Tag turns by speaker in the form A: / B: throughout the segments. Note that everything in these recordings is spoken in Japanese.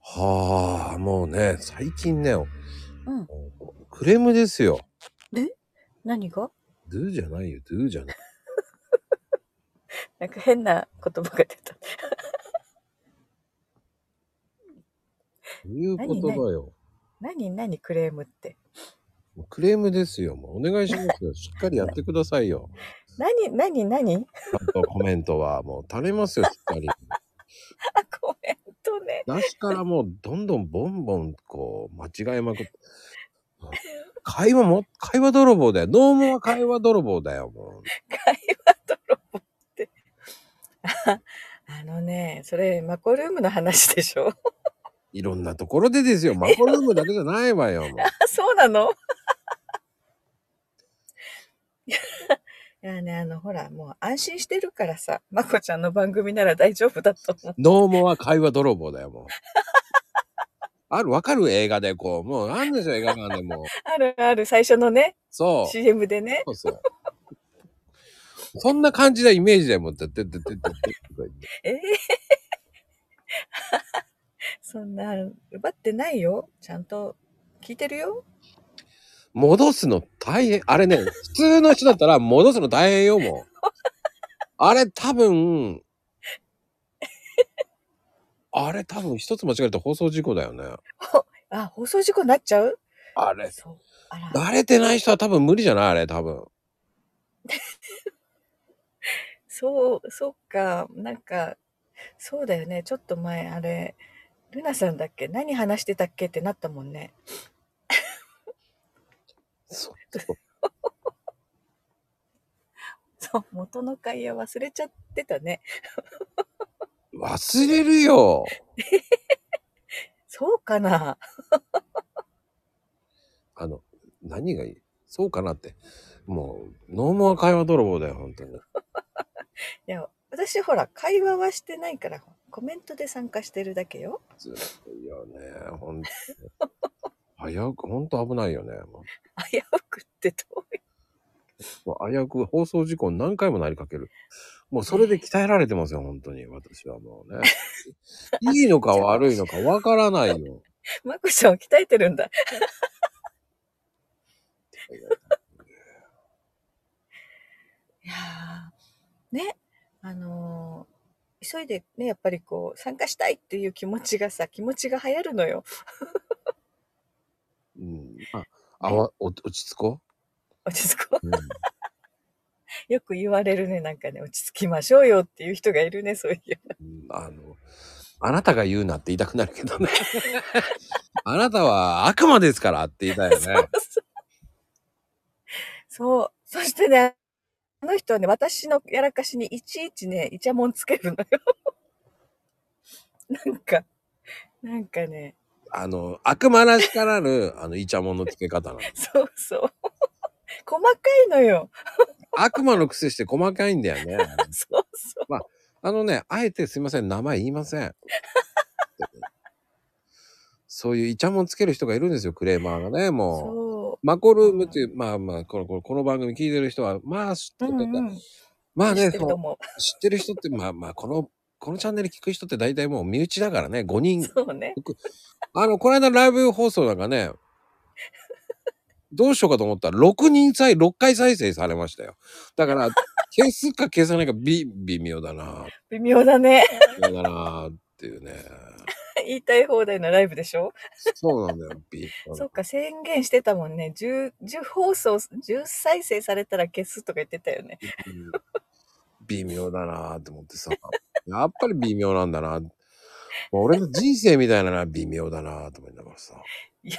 A: はあ、もうね、最近ね、
B: うん。
A: クレームですよ。
B: 何が
A: ドゥじゃないよ、ドゥじゃない。
B: なんか変な言葉が出た。
A: どういう言葉よ。
B: 何何クレームって。
A: もうクレームですよ。もうお願いします よ。しっかりやってくださいよ。
B: 何何何
A: ちゃんとコメントは。もう頼みますよ、しっかり。
B: あ、コメントね。
A: 出しからもうどんどんボンボンこう間違えまくって。会話も、会話泥棒だよ。どうも会話泥棒だよ、も
B: 会話泥棒って。 ああのね、それマコルームの話でしょ
A: う。いろんなところでですよ。マコルームだけじゃないわよ、もう。
B: あ、そうなの いやね、あの、ほら、もう安心してるからさ、まこちゃんの番組なら大丈夫だと思う。
A: どうもは会話泥棒だよ、もう。ある、わかる映画で、こう、もう、あんでしょ、映画館でもう。
B: あるある、最初のね、
A: そう。
B: CM でね。
A: そうそう。そんな感じなイメージだよ、もう。てってってってってってとか言って
B: ええ そんな、奪ってないよ。ちゃんと聞いてるよ。
A: 戻すの大変。あれね、普通の人だったら戻すの大変よ、もう。あれ多分、あれ多分一つ間違えると放送事故だよね。
B: あ、放送事故になっちゃう
A: あれ、
B: そう。あら。
A: 慣れてない人は多分無理じゃないあれ多分。
B: そう、そっか。なんか、そうだよね。ちょっと前、あれ、ルナさんだっけ何話してたっけってなったもんね。
A: そう
B: そう、元の会話忘れちゃってたね。
A: 忘れるよ。
B: そうかな
A: あの、何がいいそうかなって。もう、ノーマル会話泥棒だよ、本当に。
B: いや、私ほら、会話はしてないから、コメントで参加してるだけよ。
A: ずるいよね、 本当に。危うく、本当危ないよね。も
B: 危うくってどういう
A: うもう危うく放送事故に何回もなりかける。もうそれで鍛えられてますよ、本当に。私はもう ね。いいのか悪いのかわからないよ。
B: マコちゃんを鍛えてるんだ。いやーね、あのー急いでね、やっぱりこう、参加したいっていう気持ちがさ、気持ちが流行るのよ。
A: うん。まあ、あわ、お落ち着こ
B: 落ち着こ
A: う。うん
B: う。 よく言われるね、なんかね、落ち着きましょうよっていう人がいるね、そういう。
A: うんあの、あなたが言うなって言いたくなるけどね。あなたは悪魔ですからって言いたいよね。
B: そう。そしてね、あの人はね、私のやらかしにいちいちね、イチャモンつけるのよ。 なんか、なんかね、
A: あの、悪魔らしからぬ、 あの、イチャモンの付け方なの。
B: そうそう。細かいのよ。
A: 悪魔の癖して細かいんだよね。
B: そうそう。
A: あのね、あえてすいません、名前言いません。そういうイチャモンつける人がいるんですよ、クレーマーがね、もう。
B: そ
A: マコルームっていう、まあまあ、この、このこの番組聞いてる人は、まあ知って
B: う。
A: る
B: うん
A: 方、
B: うん。
A: まあ
B: 知
A: ね、
B: って
A: そ
B: ると
A: の
B: 思う。
A: 知ってる人って、まあまあ、この、このチャンネル聞く人って大体もう身内だからね、5人。
B: そうね。
A: あの、この間ライブ放送なんかね、どうしようかと思ったら、6人再、6回再生されましたよ。だ から、消すか消さないか微微妙だな、
B: 微妙だね。
A: 微妙だなっていうね。
B: 言いたい放題のライブでしょ、
A: そうなんだよ、微妙
B: そ
A: な
B: っか、宣言してたもんね。10、10放送、10再生されたら消すとか言ってたよね。
A: うん微妙だなって思ってさ、やっぱり微妙なんだな。もう俺の人生みたいなのは微妙だなと思いながらさ。
B: いや、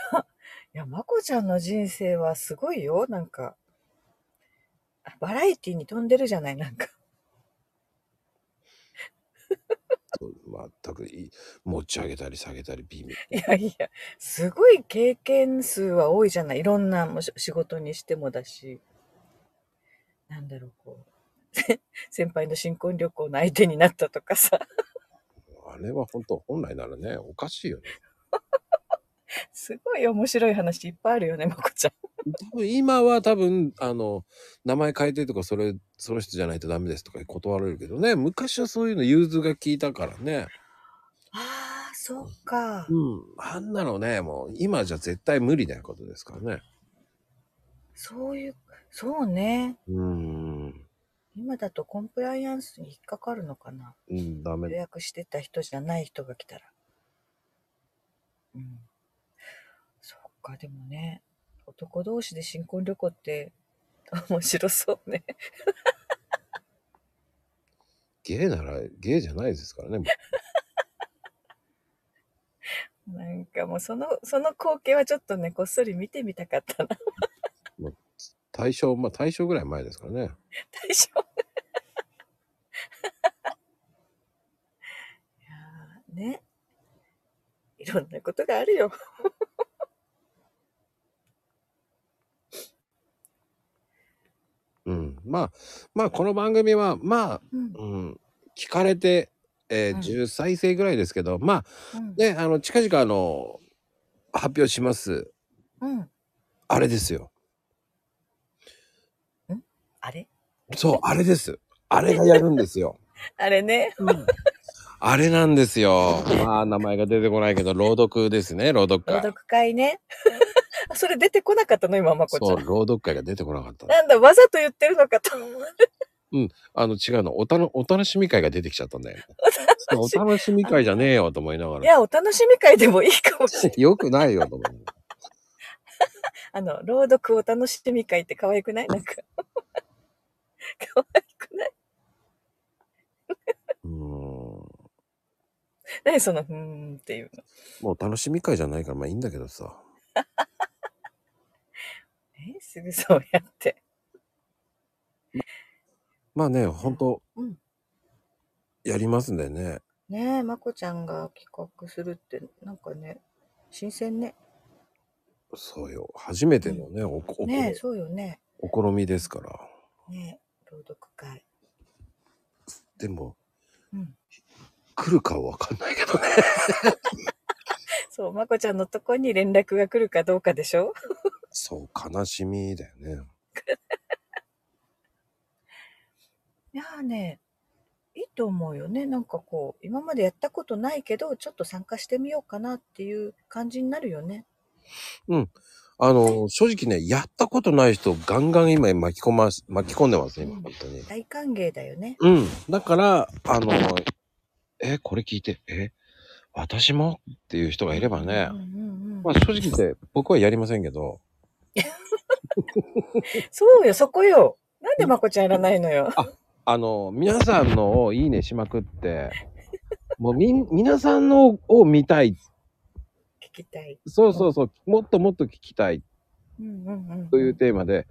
B: いや、まこちゃんの人生はすごいよ。なんか、あバラエティに飛んでるじゃない、なんか。
A: 全くいい持ち上げたり下げたり微妙。
B: いやいや、すごい経験数は多いじゃない。いろんなもうし仕事にしてもだし、なんだろう、 こう。先輩の新婚旅行の相手になったとかさ。
A: あれは本当本来ならね、おかしいよね。
B: すごい面白い話いっぱいあるよね、まこちゃん。
A: 多分今は多分あの名前変えてとかそれその人じゃないとダメですとか断られるけどね昔はそういうの融通が効いたからね
B: ああ、そっか。
A: うん。あんなのね、もう今じゃ絶対無理なことですからね。
B: そういう、そうね。
A: うん。
B: 今だとコンプライアンスに引っかかるのかな。
A: うん、ダ
B: 予
A: メ。
B: 約してた人じゃない人が来たら。うん。そっか、でもね、男同士で新婚旅行って 面白そうね。
A: ゲイならゲイじゃないですからね。
B: なんかもうその、その光景はちょっとね、こっそり見てみたかったな。
A: 対象、まあ対象ぐらい前ですからね。
B: 大丈夫。 いやーね。いろんなことがあるよ。
A: うん。まあ、まあこの番組は、まあ、
B: うん。
A: うん、聞かれて、えー
B: うん
A: 10再生ぐらいですけど、まあ
B: うん。
A: ね、あの、近々あの、発表します。
B: うん、
A: あれですよ。
B: あれ
A: そう、あれです。あれがやるんですよ。
B: あれね。
A: あれなんですよ。まあ、名前が出てこないけど、朗読ですね、朗読
B: 朗
A: 会。
B: 読会ね。 あそれ出てこなかったの今、まこち
A: そ
B: ゃ
A: う、
B: ん。
A: 朗読会が出てこなかった。
B: なんだ、わざと言ってるのかと思う。
A: あの、違うの、おたの、お楽しみ会が出てきちゃったんだよね。そうお楽しみ会じゃねえよと思いなが
B: い
A: ら。
B: や、お楽しみ会でもいいかもしれな い。
A: よくないよと思う。
B: あの、朗読お楽しみ会って可愛くないなんか。可愛くない
A: ー
B: う
A: ん。も
B: 何その、うーんっていうの。
A: う楽しみ会じゃないから、まあいいんだけどさ。
B: えすぐそうやって。
A: まあね、本当、
B: うん
A: やりますんでね。
B: ねえ、まこちゃんが企画するって、なんかね、新鮮ね。
A: そうよ。初めてのね、おこおこ
B: ねえ、そうよね。
A: お好みですから。
B: ねえ、朗読会。
A: でも、
B: うん。
A: 来るかはわかんないけどね。
B: そう、まこちゃんのとこに連絡が来るかどうかでしょ
A: そう、悲しみだよね。
B: いやーね、いいと思うよね。なんかこう、今までやったことないけど、ちょっと参加してみようかなっていう感じになるよね。
A: あの、正直ね、やったことない人をガンガン今巻き込まし、巻き込んでますね、今、本当に。
B: 大歓迎だよね。
A: うん。だから、あの、え、これ聞いて、え、私もっていう人がいればね
B: うん、うんうん
A: まあ正直言って僕はやりませんけど、
B: そうよ、そこよ。なんでまこちゃんいらないのよ。
A: あの、皆さんのをいいねしまく って、もうみん、皆さんのを見たい。
B: 聞きたい。
A: そうそうそう、もっともっと聞きたい
B: うんうんうん。
A: というテーマで、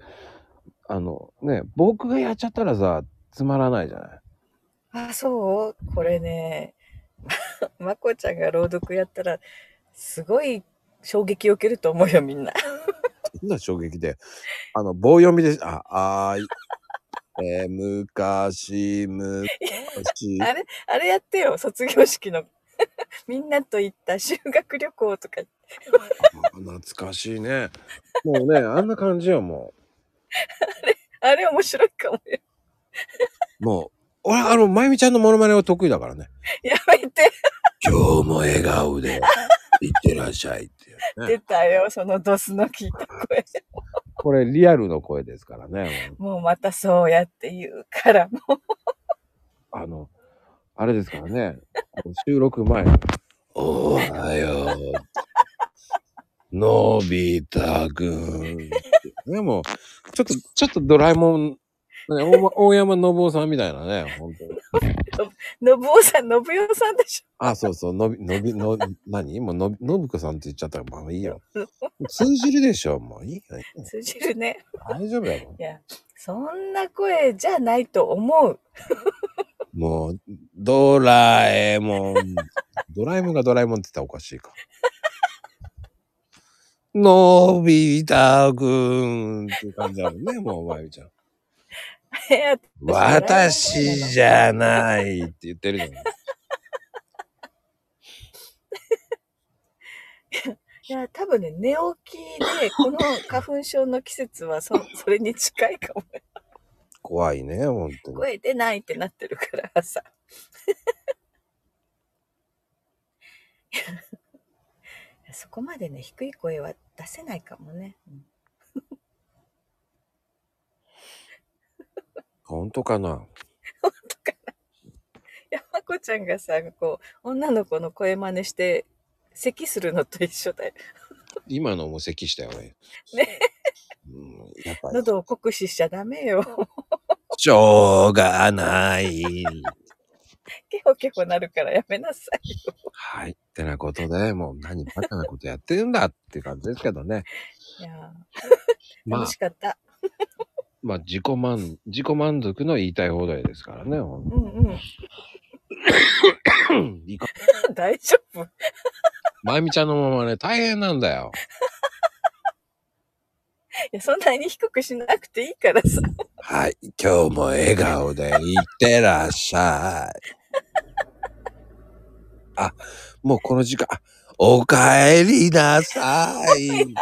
A: あの、ね、僕がやっちゃったらさ、つまらないじゃない。
B: あ、そうこれね、 まこちゃんが朗読やったら、すごい衝撃を受けると思うよ、みんな。
A: そんな衝撃で。あの、棒読みで、あ、あーい。 えー、昔、昔。
B: あれ、あれやってよ、卒業式の。 みんなと行った修学旅行とか
A: 懐かしいね。もうね、あんな感じよ、も
B: あれ面白いかもよ。
A: う。もう、俺、あの、まゆみちゃんのモノマネは得意だからね。
B: やめて、
A: 今日も笑顔 で、いってらっしゃいっていう、ね。
B: 出たよ、そのドスの聞いた声。
A: これ、リアルの声ですからね。
B: もうまたそうやって言うから、も
A: あの、あれですからね。収録前。おはよう。のび太くん。ね、もう、ちょっと、ちょっとドラえもん、ね、大ま大山信夫さんみたいなね、本当に。
B: う、信夫さん、信代さんでし
A: あ、そうそう、のび、のび、の、何もうのび、信子さんって言っちゃったら、まあいいよ。通じるでしょ、もういいよ。いい
B: ょ。
A: よ
B: 通じるね。
A: 大丈夫やろ
B: い。や、そんな声じゃないと思う。
A: もう、ドラえも ん。ドラえもんがドラえもんって言ったらおかしいか。 のび太くんっていう感じだもんね、もう、まゆみちゃん。
B: えー
A: 私じゃないって言ってるじゃない。
B: いや、多分ね、寝起きで、この花粉症の季節はそ、それに近いかも。
A: 怖いね、本当に。
B: 声出ない ってなってるから、朝。そこまでね、低い声は出せないかもね。うん
A: 本当かな
B: 山子ちゃんがさ、こう、女の子の声真似して、咳するのと一緒だよ。
A: 今のも咳したよね。
B: ね
A: うん、やっぱり、
B: 喉を酷使しちゃダメよ。
A: しょうがない。
B: ケホケホなるからやめなさいよ。
A: はい。ってなことで、もう何バカなことやってるんだっていう感じですけどね。
B: いやー、
A: まあ
B: 楽し、かった。
A: まあ、自己満、自己満足の言いたい放題ですからね。ほん
B: うんうん。
A: いいか
B: 大丈夫
A: まゆみちゃんのままね、大変なんだよ。
B: いや、そんなに低くしなくていいからさ。
A: はい。今日も笑顔でいってらっしゃい。 あ、もうこの時間、あおかえりなさい。